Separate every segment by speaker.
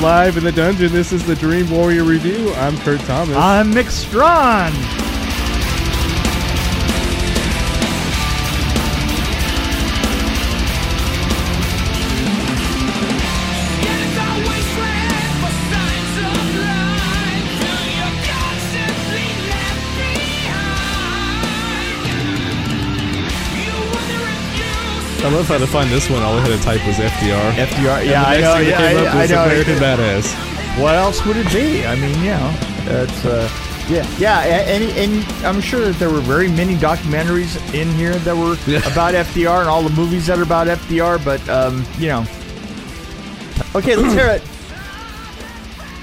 Speaker 1: live in the dungeon. This is the Dream Warrior Review. I'm Kurt Thomas.
Speaker 2: I'm Mick Strawn.
Speaker 1: I love how to find this one. All I had to type was FDR.
Speaker 2: FDR.
Speaker 1: And
Speaker 2: Yeah,
Speaker 1: the
Speaker 2: I
Speaker 1: next
Speaker 2: know.
Speaker 1: thing
Speaker 2: Yeah,
Speaker 1: that came up
Speaker 2: I, I
Speaker 1: was American
Speaker 2: know.
Speaker 1: Badass.
Speaker 2: What else would it be? I mean, you know, that's uh, yeah, yeah. a- And and I'm sure that there were very many documentaries in here that were
Speaker 1: Yeah.
Speaker 2: about FDR and all the movies that are about FDR. But um, you know, okay, let's hear it.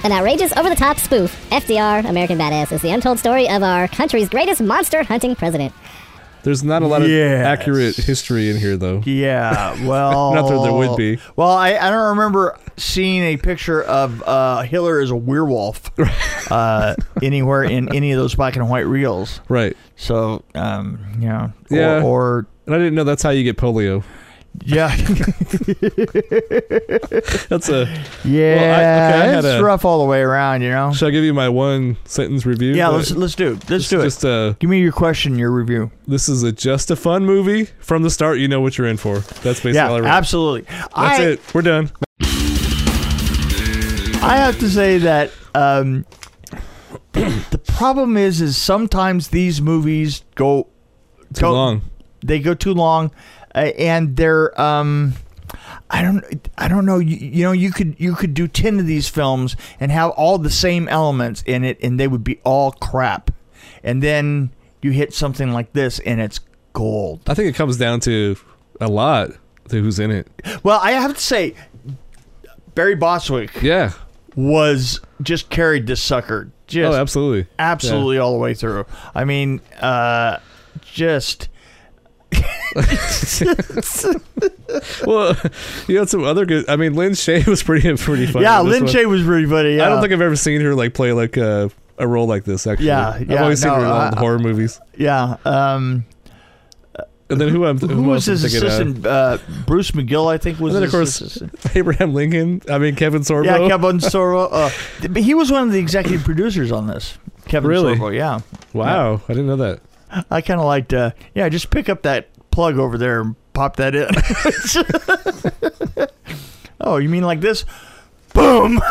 Speaker 3: An outrageous, over the top spoof, FDR, American Badass, is the untold story of our country's greatest monster hunting president.
Speaker 1: There's not a lot of
Speaker 2: Yes.
Speaker 1: accurate history in here, though.
Speaker 2: Yeah, well,
Speaker 1: Not that there would be.
Speaker 2: Well, I, I don't remember seeing a picture of uh, Hitler as a werewolf uh, anywhere in any of those black and white reels.
Speaker 1: Right.
Speaker 2: So, um, you know, or,
Speaker 1: Yeah.
Speaker 2: or
Speaker 1: And I didn't know that's how you get polio.
Speaker 2: yeah,
Speaker 1: That's a.
Speaker 2: yeah,
Speaker 1: okay, I had
Speaker 2: it's
Speaker 1: a-
Speaker 2: rough all the way around, you know.
Speaker 1: Should I give you my one sentence review?
Speaker 2: yeah,
Speaker 1: Uh,
Speaker 2: let's let's do it. Let's
Speaker 1: it's
Speaker 2: do it.
Speaker 1: Just uh,
Speaker 2: Give me your question, your review.
Speaker 1: this is a just a fun movie from the start. You know what you're in for. That's basically all I
Speaker 2: yeah,
Speaker 1: wrote.
Speaker 2: absolutely.
Speaker 1: That's
Speaker 2: I,
Speaker 1: it. We're done.
Speaker 2: I have to say that um, the problem is, is sometimes these movies go
Speaker 1: Too long.
Speaker 2: They go too long, uh, and they're um, I don't I don't know. You, you know, you could you could do ten of these films and have all the same elements in it, and they would be all crap. And then you hit something like this, and it's gold.
Speaker 1: I think it comes down to a lot to who's in it.
Speaker 2: Well, I have to say, Barry Boswick
Speaker 1: Yeah.
Speaker 2: was just carried this sucker. Just
Speaker 1: Oh, absolutely.
Speaker 2: absolutely all the way through. I mean, uh, just
Speaker 1: Well, you had some other good. I mean, Lynn Shay was pretty pretty funny.
Speaker 2: yeah,
Speaker 1: in this
Speaker 2: Lin
Speaker 1: one.
Speaker 2: Shay was pretty funny. Yeah.
Speaker 1: I don't think I've ever seen her like play like a a role like this. Actually,
Speaker 2: Yeah,
Speaker 1: I've
Speaker 2: yeah,
Speaker 1: always seen
Speaker 2: no,
Speaker 1: her in all
Speaker 2: I-
Speaker 1: the horror movies.
Speaker 2: yeah. Um,
Speaker 1: And then who I'm
Speaker 2: who was
Speaker 1: else I'm
Speaker 2: his
Speaker 1: thinking of?
Speaker 2: assistant? Uh, Bruce McGill, I think, was
Speaker 1: And then,
Speaker 2: his
Speaker 1: of course,
Speaker 2: assistant.
Speaker 1: Abraham Lincoln. I mean Kevin Sorbo.
Speaker 2: Yeah, Kevin Sorbo. Uh, th- but he was one of the executive producers on this. Kevin
Speaker 1: Really?
Speaker 2: Sorbo, yeah.
Speaker 1: Wow, I didn't know that.
Speaker 2: I kind of liked, uh, yeah, just pick up that plug over there and pop that in. oh, you mean like this? Boom!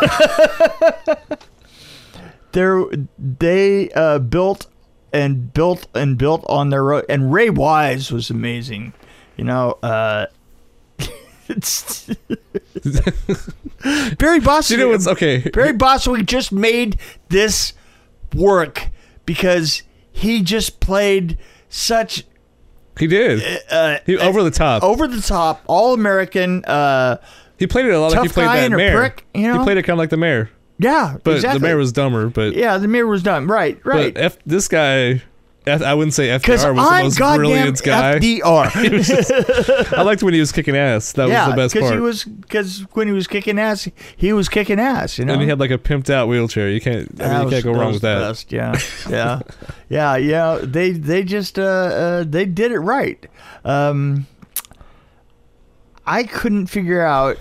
Speaker 2: there, they uh, built and built and built on their own. And Ray Wise was amazing. You know, uh, it's- Barry Boswick.
Speaker 1: Do you know what's okay?
Speaker 2: Barry Boswick just made this work because he just played such
Speaker 1: He did.
Speaker 2: uh,
Speaker 1: He over the top.
Speaker 2: over the top, all American. Uh,
Speaker 1: he played it a lot like
Speaker 2: tough
Speaker 1: he played
Speaker 2: guy
Speaker 1: that
Speaker 2: and a
Speaker 1: mayor.
Speaker 2: prick, you know?
Speaker 1: He played it kind of like the mayor,
Speaker 2: yeah,
Speaker 1: but
Speaker 2: exactly.
Speaker 1: the mayor was dumber. But
Speaker 2: yeah, the mirror was done right, right.
Speaker 1: but F, this guy, F, I wouldn't say
Speaker 2: Because
Speaker 1: FDR was the
Speaker 2: I'm
Speaker 1: most
Speaker 2: goddamn
Speaker 1: brilliant guy.
Speaker 2: FDR.
Speaker 1: I liked when he was kicking ass. That
Speaker 2: yeah,
Speaker 1: was the best
Speaker 2: because
Speaker 1: part.
Speaker 2: he was because when he was kicking ass, he was kicking ass. You know,
Speaker 1: and he had like a pimped out wheelchair. You can't, I mean, you
Speaker 2: was-
Speaker 1: can't go wrong
Speaker 2: was
Speaker 1: with that.
Speaker 2: best, Yeah, yeah, yeah, yeah. They they just uh, uh they did it right. Um, I couldn't figure out.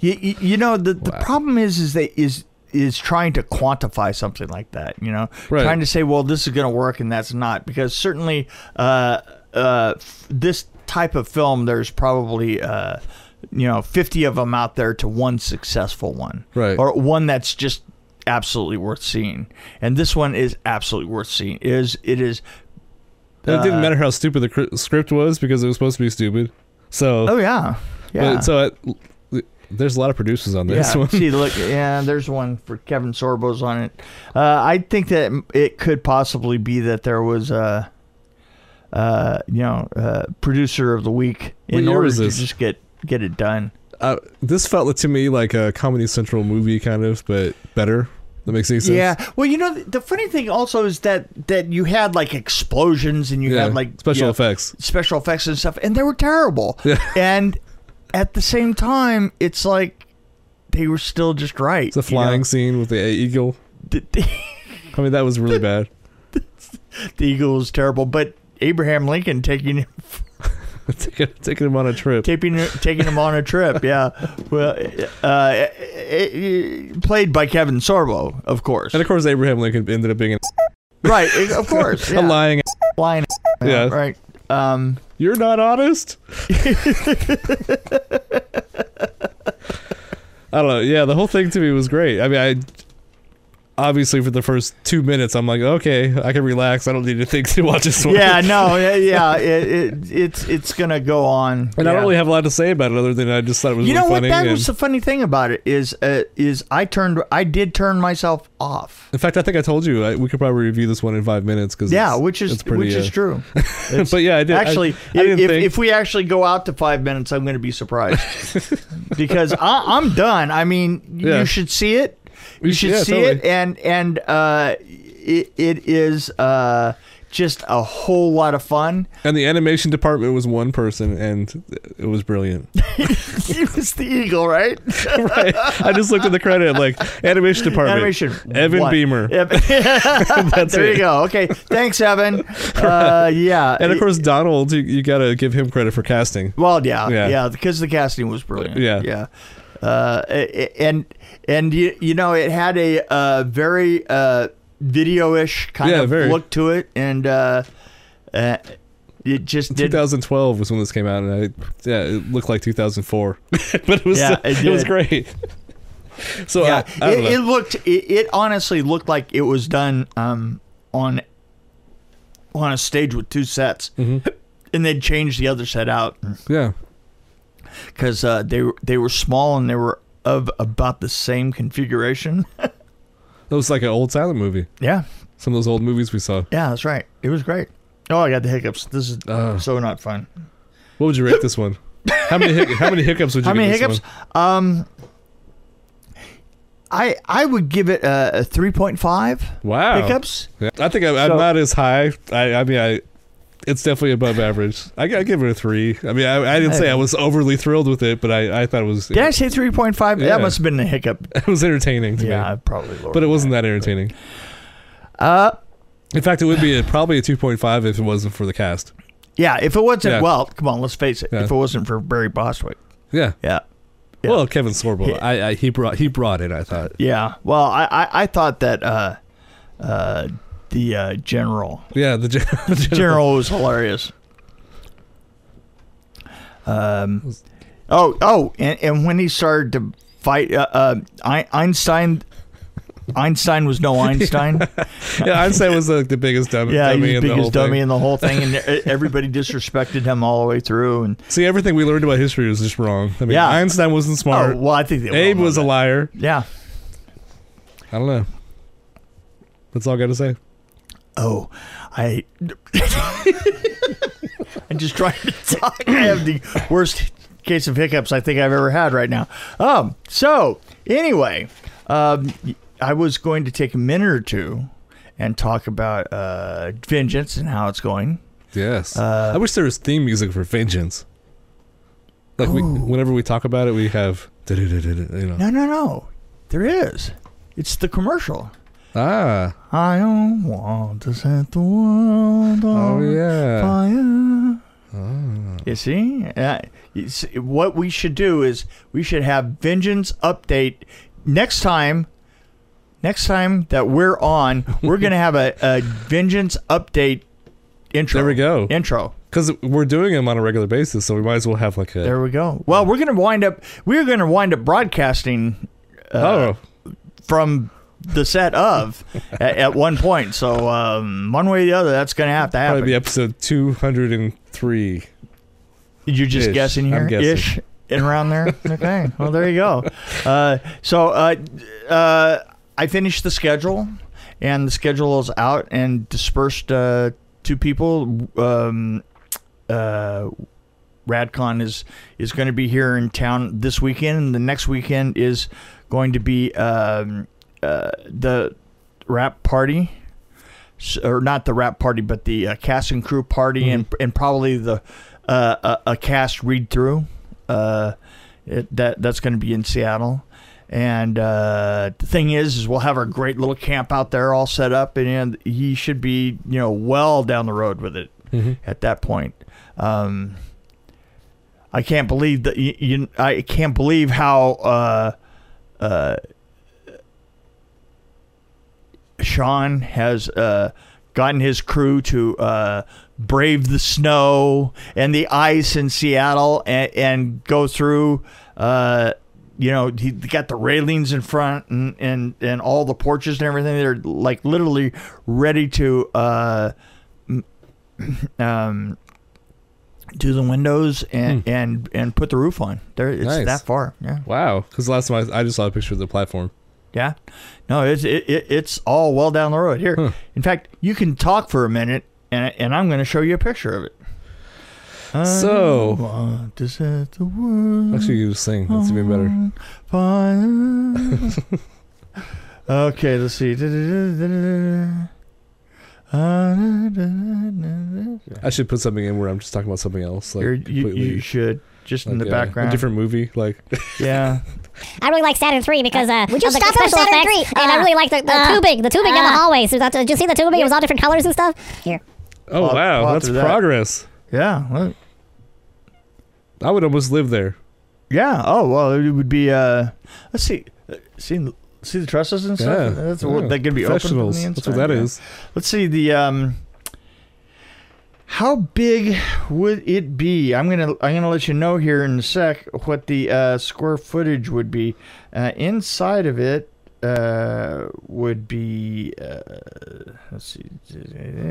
Speaker 2: you, you, you know the, the
Speaker 1: Wow.
Speaker 2: problem is is they is is trying to quantify something like that. You know,
Speaker 1: Right.
Speaker 2: trying to say, well, this is going to work and that's not because certainly uh uh f- this type of film there's probably uh. You know, fifty of them out there to one successful one,
Speaker 1: Right.
Speaker 2: Or one that's just absolutely worth seeing. And this one is absolutely worth seeing. It is it is
Speaker 1: And it didn't
Speaker 2: Uh,
Speaker 1: matter how stupid the cr- script was because it was supposed to be stupid. So,
Speaker 2: oh yeah. Yeah.
Speaker 1: but, so it, there's a lot of producers on this
Speaker 2: yeah.
Speaker 1: one.
Speaker 2: See, look, yeah, there's one for Kevin Sorbo's on it. Uh, I think that it could possibly be that there was a, uh, you know, uh, producer of the week
Speaker 1: What
Speaker 2: in
Speaker 1: year
Speaker 2: order
Speaker 1: was
Speaker 2: to
Speaker 1: this?
Speaker 2: just get get it done.
Speaker 1: Uh, this felt to me like a Comedy Central movie, kind of, but better. That makes any sense.
Speaker 2: Yeah. Well, you know, the, the funny thing also is that that you had like explosions and you
Speaker 1: Yeah,
Speaker 2: had like
Speaker 1: special
Speaker 2: you know,
Speaker 1: effects.
Speaker 2: special effects and stuff, and they were terrible.
Speaker 1: Yeah.
Speaker 2: And at the same time, it's like they were still just right.
Speaker 1: The flying scene with the eagle.
Speaker 2: you know? the,
Speaker 1: I mean, that was really bad.
Speaker 2: the eagle was terrible, but Abraham Lincoln taking
Speaker 1: taking, taking him on a trip.
Speaker 2: Taking taking him on a trip, yeah. Well, uh, it- it- played by Kevin Sorbo, of course.
Speaker 1: And of course, Abraham Lincoln ended up being an
Speaker 2: Right, of course.
Speaker 1: a
Speaker 2: yeah.
Speaker 1: lying.
Speaker 2: Lying.
Speaker 1: Yeah.
Speaker 2: Right. Um,
Speaker 1: You're not honest. I don't know. Yeah, the whole thing to me was great. I mean, I obviously for the first two minutes, I'm like, okay, I can relax. I don't need to think to watch this one.
Speaker 2: yeah. No. Yeah. yeah it, it, it's it's gonna go on.
Speaker 1: And I
Speaker 2: yeah.
Speaker 1: don't really have a lot to say about it other than I just thought it was
Speaker 2: You
Speaker 1: really
Speaker 2: know what?
Speaker 1: funny.
Speaker 2: That
Speaker 1: and-
Speaker 2: was the funny thing about it is uh, is I turned I did turn myself off.
Speaker 1: in fact, I think I told you I, we could probably review this one in five minutes because
Speaker 2: Yeah, which is
Speaker 1: it's pretty,
Speaker 2: which
Speaker 1: uh,
Speaker 2: is true.
Speaker 1: but yeah, I did I-
Speaker 2: Actually,
Speaker 1: I,
Speaker 2: if,
Speaker 1: didn't
Speaker 2: if,
Speaker 1: think,
Speaker 2: if we actually go out to five minutes, I'm going to be surprised because I, I'm done. I mean,
Speaker 1: Yeah.
Speaker 2: you should see it. You
Speaker 1: We-
Speaker 2: should
Speaker 1: yeah,
Speaker 2: see it,
Speaker 1: totally.
Speaker 2: and and uh, it, it is uh, just a whole lot of fun.
Speaker 1: and the animation department was one person, and it was brilliant.
Speaker 2: he was the eagle, right?
Speaker 1: right? I just looked at the credit, like animation department,
Speaker 2: Animation.
Speaker 1: Evan
Speaker 2: one.
Speaker 1: Beamer.
Speaker 2: Yep.
Speaker 1: That's
Speaker 2: there
Speaker 1: it.
Speaker 2: you go. Okay, thanks, Evan. Uh, yeah,
Speaker 1: And of course, Donald, you, you gotta give him credit for casting.
Speaker 2: Well, yeah,
Speaker 1: Yeah.
Speaker 2: yeah, because the casting was brilliant.
Speaker 1: Yeah.
Speaker 2: yeah, uh, a- a- and and you, you know it had a uh, very uh, video-ish kind
Speaker 1: Yeah,
Speaker 2: of
Speaker 1: very.
Speaker 2: look to it, and uh, uh, it just did.
Speaker 1: 2012 was when this came out, and I, yeah, it looked like 2004, but it was
Speaker 2: Yeah,
Speaker 1: it,
Speaker 2: it
Speaker 1: was
Speaker 2: did.
Speaker 1: great. So
Speaker 2: Yeah,
Speaker 1: I, I don't
Speaker 2: it,
Speaker 1: know.
Speaker 2: it looked. It, it honestly looked like it was done um, on on a stage with two sets,
Speaker 1: Mhm.
Speaker 2: and they'd change the other set out.
Speaker 1: yeah,
Speaker 2: because uh, they were they were small and they were of about the same configuration.
Speaker 1: it was like an old silent movie.
Speaker 2: yeah,
Speaker 1: Some of those old movies we saw.
Speaker 2: yeah, that's right. It was great. Oh, I got the hiccups. This is
Speaker 1: Ah.
Speaker 2: so not fun.
Speaker 1: What would you rate this one? How many hic- how many hiccups would you?
Speaker 2: How
Speaker 1: give
Speaker 2: many
Speaker 1: this
Speaker 2: hiccups?
Speaker 1: one?
Speaker 2: Um, I I would give it a, a three point five
Speaker 1: Wow,
Speaker 2: hiccups.
Speaker 1: Yeah. I think I, I'm
Speaker 2: So-
Speaker 1: not as high. I, I mean, I it's definitely above average. I, I give it a three. I mean, I, I didn't say I was overly thrilled with it, but I, I thought it was
Speaker 2: Did I say three point five?
Speaker 1: Yeah.
Speaker 2: That must have been a hiccup.
Speaker 1: it was entertaining to
Speaker 2: yeah,
Speaker 1: me.
Speaker 2: probably. Lower
Speaker 1: But it wasn't that entertaining.
Speaker 2: Uh,
Speaker 1: In fact, it would be a, probably a 2.5 if it wasn't for the cast.
Speaker 2: yeah. If it wasn't,
Speaker 1: Yeah.
Speaker 2: well, come on, let's face it.
Speaker 1: Yeah.
Speaker 2: If it wasn't for Barry Bostwick,
Speaker 1: Yeah.
Speaker 2: yeah. Yeah.
Speaker 1: Well, Kevin Sorbo,
Speaker 2: Yeah.
Speaker 1: I, I he brought he brought it. I thought.
Speaker 2: Yeah. Well, I, I, I thought that uh, uh, the uh, general
Speaker 1: Yeah, the, gen- the general.
Speaker 2: general was hilarious. Um, oh, oh, and, and when he started to fight, uh, uh, Ein- Einstein, Einstein was no Einstein.
Speaker 1: Yeah, Einstein was like the biggest dumb,
Speaker 2: yeah,
Speaker 1: dummy
Speaker 2: he was
Speaker 1: in the
Speaker 2: biggest
Speaker 1: whole
Speaker 2: dummy
Speaker 1: thing.
Speaker 2: in the whole thing, and e- everybody disrespected him all the way through. And
Speaker 1: See, everything we learned about history was just wrong. I mean,
Speaker 2: Yeah.
Speaker 1: Einstein wasn't smart.
Speaker 2: oh, well, I think they all
Speaker 1: Abe
Speaker 2: know
Speaker 1: was a
Speaker 2: that.
Speaker 1: liar.
Speaker 2: Yeah.
Speaker 1: I don't know. That's all I got to say.
Speaker 2: Oh, I. I'm just trying to talk. I have the worst case of hiccups I think I've ever had right now. Um. So anyway, um, I was going to take a minute or two and talk about uh, vengeance and how it's going.
Speaker 1: Yes.
Speaker 2: Uh,
Speaker 1: I wish there was theme music for Vengeance. Like we, whenever we talk about it, we have you know.
Speaker 2: No, no, no. There is. It's the commercial.
Speaker 1: Ah.
Speaker 2: I don't want to set the world on
Speaker 1: Oh yeah.
Speaker 2: fire. You see, uh, you see, what we should do is we should have vengeance update next time. Next time that we're on, we're gonna have a, a vengeance update intro.
Speaker 1: There we go.
Speaker 2: Intro.
Speaker 1: Because we're doing them on a regular basis, so we might as well have like a.
Speaker 2: There we go. Well, we're gonna wind up. We're gonna wind up broadcasting uh,
Speaker 1: oh,
Speaker 2: from the set of at, at one point. So um, one way or the other, that's gonna have to
Speaker 1: probably
Speaker 2: happen.
Speaker 1: be episode two hundred and three.
Speaker 2: You're just
Speaker 1: Ish.
Speaker 2: guessing here,
Speaker 1: I'm guessing.
Speaker 2: ish, and around there. okay, well there you go. Uh, so uh, uh, I finished the schedule, and the schedule is out and dispersed uh, to people. Um, uh, Radcon is is going to be here in town this weekend, and the next weekend is going to be um, uh, the rap party, S- or not the rap party, but the uh, cast and crew party, and and probably the uh, a, a cast read through. Uh, it, that that's going to be in Seattle. And uh, the thing is, is we'll have our great little camp out there all set up, and, and he should be, you know, well down the road with it at that point. Um, I can't believe that you, you I can't believe how uh, uh, Sean has uh, gotten his crew to uh, brave the snow and the ice in Seattle and, and go through. Uh, you know, he got the railings in front and, and, and all the porches and everything. They're like literally ready to uh, um, do the windows and, and and put the roof on. There, it's
Speaker 1: Nice.
Speaker 2: that far. Yeah,
Speaker 1: Wow. Because last time I, I just saw a picture of the platform.
Speaker 2: yeah. No, it's it, it, it's all well down the road here.
Speaker 1: Hmm.
Speaker 2: In fact, you can talk for a minute, and and I'm going to show you a picture of it. I
Speaker 1: So-
Speaker 2: want to set the world
Speaker 1: Actually, you just sing. That's even better.
Speaker 2: on fire. okay, let's see. Ah,
Speaker 1: I should put something in where I'm just talking about something else. Like,
Speaker 2: You're- you,
Speaker 1: completely,
Speaker 2: you should just in
Speaker 1: like,
Speaker 2: the
Speaker 1: uh,
Speaker 2: background.
Speaker 1: A different movie. Like,
Speaker 2: yeah.
Speaker 3: I really like Saturn Three because uh,
Speaker 4: Would you
Speaker 3: of the
Speaker 4: stop on
Speaker 3: special
Speaker 4: Saturn
Speaker 3: effects,
Speaker 4: III?
Speaker 3: and I
Speaker 4: Uh,
Speaker 3: really like the, the
Speaker 4: uh,
Speaker 3: tubing, the tubing down
Speaker 4: uh,
Speaker 3: the hallways. Did you- did you see the tubing? It was all different colors and stuff.
Speaker 4: Here.
Speaker 1: oh,
Speaker 2: Plot-
Speaker 1: wow.
Speaker 2: plot
Speaker 1: That's
Speaker 2: to that.
Speaker 1: progress.
Speaker 2: Yeah. well,
Speaker 1: I would almost live there.
Speaker 2: yeah. Oh, well, it would be uh let's see uh, see see the trusses and stuff.
Speaker 1: Yeah.
Speaker 2: That's what
Speaker 1: yeah.
Speaker 2: that could be open from the
Speaker 1: Professionals. That's what
Speaker 2: inside,
Speaker 1: that is.
Speaker 2: yeah. Let's see the um how big would it be? I'm gonna I'm gonna let you know here in a sec what the uh, square footage would be. Uh, inside of it uh, would be uh, let's see.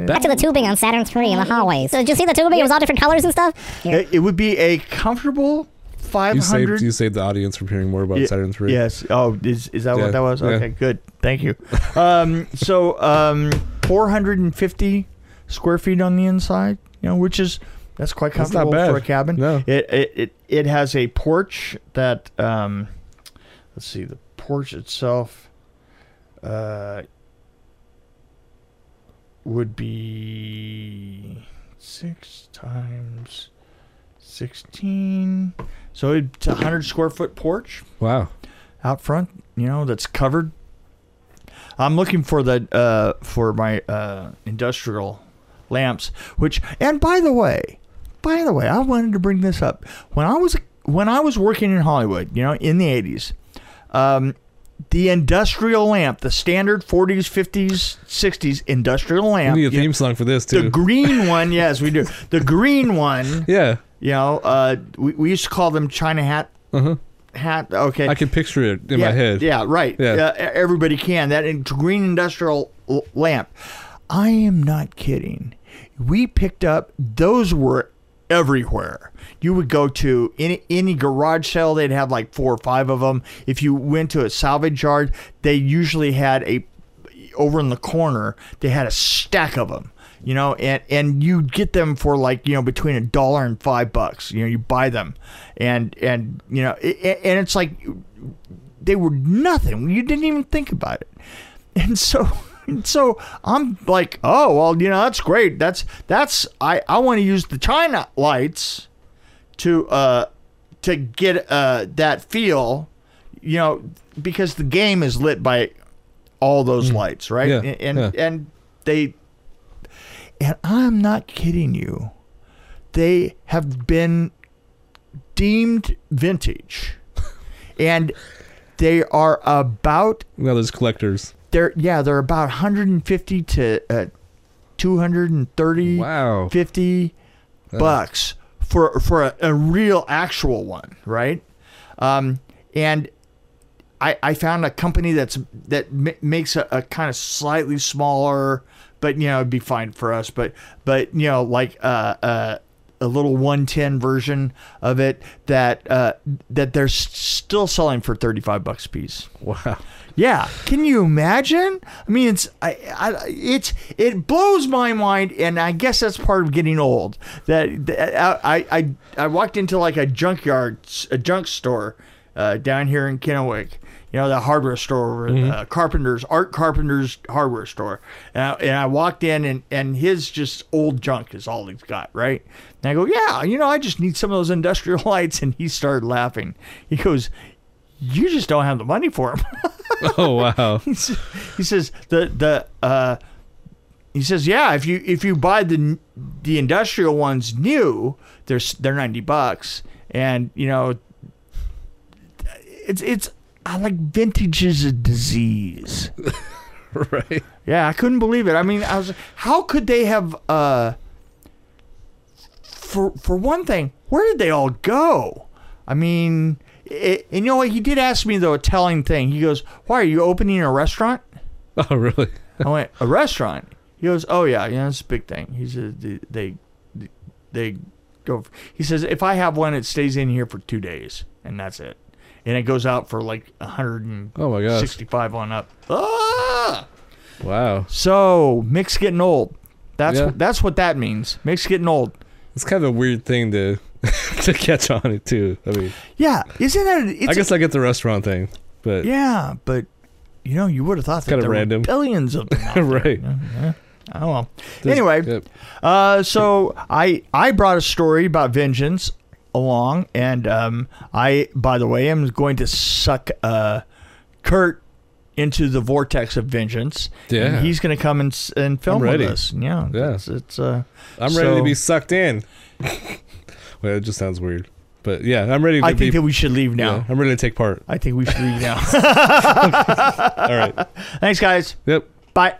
Speaker 3: Back to the tubing on Saturn Three in the hallways. So did you see the tubing? It was all different colors and stuff.
Speaker 2: It, it would be a comfortable
Speaker 1: You saved,
Speaker 2: 500.
Speaker 1: you saved the audience from hearing more about
Speaker 2: Ye-
Speaker 1: Saturn 3.
Speaker 2: Yes. Oh, is, is that
Speaker 1: Yeah,
Speaker 2: what that was?
Speaker 1: yeah.
Speaker 2: Okay, good. Thank you. Um, so um, 450 square feet on the inside, you know, which is that's quite
Speaker 1: That's not
Speaker 2: comfortable
Speaker 1: bad.
Speaker 2: for a cabin.
Speaker 1: No.
Speaker 2: It, it it it has a porch that um, let's see the porch itself uh, would be six times sixteen, so it's a hundred square foot porch
Speaker 1: Wow.
Speaker 2: out front, you know, that's covered. I'm looking for the uh, for my uh, industrial lamps, which and by the way, by the way, I wanted to bring this up. When I was when I was working in Hollywood, you know, in the 80s, um, the industrial lamp, the standard 40s, 50s, 60s industrial lamp,
Speaker 1: we need a
Speaker 2: you-
Speaker 1: theme song for this,
Speaker 2: the
Speaker 1: too.
Speaker 2: green one, yes, we do. The green one,
Speaker 1: yeah.
Speaker 2: you know, uh, we, we used to call them China hat
Speaker 1: Uh-huh.
Speaker 2: hat. Okay,
Speaker 1: I can picture it in
Speaker 2: yeah,
Speaker 1: my head.
Speaker 2: Yeah, right.
Speaker 1: Yeah.
Speaker 2: Yeah, e- everybody can. That in- green industrial l- lamp. I am not kidding. We picked up those were everywhere. You would go to any any garage sale, they'd have like four or five of them. If you went to a salvage yard, they usually had a over in the corner, they had a stack of them. You know, and and you get them for like you know between a dollar and five bucks. You know, you buy them, and and you know, it, and it's like they were nothing. You didn't even think about it. And so and so I'm like, oh well, you know, that's great. That's that's I, I want to use the China lights to uh to get uh that feel, you know, because the game is lit by all those lights, right?
Speaker 1: Mm. Yeah,
Speaker 2: And and,
Speaker 1: yeah.
Speaker 2: and they and I'm not kidding you. They have been deemed vintage and they are about
Speaker 1: Now there's collectors.
Speaker 2: they're yeah they're about 150 to uh, 230
Speaker 1: Wow.
Speaker 2: 50 bucks for for a, a real actual one right um, and I, I found a company that's that ma- makes a, a kind of slightly smaller but you know it'd be fine for us but but you know like uh, uh, a little 110 version of it that uh, that they're s- still selling for 35 bucks a piece
Speaker 1: Wow.
Speaker 2: yeah, can you imagine? I mean, it's I, I it's it blows my mind, and I guess that's part of getting old. That, that I, I I walked into like a junkyard, a junk store, uh, down here in Kennewick. You know, the hardware store, uh, Carpenter's Art Carpenter's hardware store, and I, and I walked in, and and his just old junk is all he's got, right? And I go, yeah, you know, I just need some of those industrial lights, and he started laughing. He goes. You just don't have the money for them.
Speaker 1: Oh, wow.
Speaker 2: he says the the uh, he says yeah if you if you buy the the industrial ones new they're s- they're 90 bucks and you know, it's it's I like vintage is a disease.
Speaker 1: right?
Speaker 2: Yeah, I couldn't believe it. I mean, I was how could they have uh for for one thing, where did they all go? I mean, it, and you know what? He did ask me though a telling thing. He goes, "Why are you opening a restaurant?"
Speaker 1: Oh, really?
Speaker 2: I went, "A restaurant." He goes, "Oh yeah, yeah, it's a big thing." He said, "They they, they go." For, he says, "If I have one, it stays in here for two days, and that's it, and it goes out for like a hundred and
Speaker 1: Oh my gosh.
Speaker 2: sixty-five on up." Ah!
Speaker 1: Wow.
Speaker 2: So Mick's getting old. That's
Speaker 1: Yeah.
Speaker 2: what, that's what that means. Mick's getting old.
Speaker 1: It's kind of a weird thing to to catch on it too. I mean,
Speaker 2: Yeah, isn't that? It's
Speaker 1: I guess I get the restaurant thing, but
Speaker 2: Yeah, but you know, you would have thought that
Speaker 1: kinda
Speaker 2: there
Speaker 1: random.
Speaker 2: were billions of them. Out there.
Speaker 1: Right.
Speaker 2: Yeah, yeah. Oh well.
Speaker 1: there's-
Speaker 2: anyway,
Speaker 1: yep.
Speaker 2: uh, so I I brought a story about vengeance along, and um, I by the way am going to suck uh, Kurt into the vortex of vengeance.
Speaker 1: Yeah.
Speaker 2: and he's going to come and s- and film with
Speaker 1: ready.
Speaker 2: us. Yeah, It's, it's uh,
Speaker 1: I'm ready
Speaker 2: so-
Speaker 1: to be sucked in. well, it just sounds weird, but yeah, I'm ready to
Speaker 2: I
Speaker 1: be.
Speaker 2: think that we should leave now.
Speaker 1: yeah, I'm ready to take part.
Speaker 2: I think we should leave now.
Speaker 1: All right.
Speaker 2: Thanks, guys.
Speaker 1: Yep.
Speaker 2: Bye.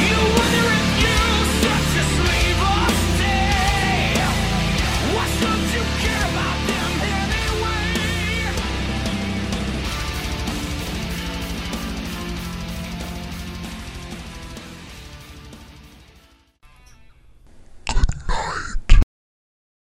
Speaker 4: You wonder if you such a sleeveless day What's up to care about them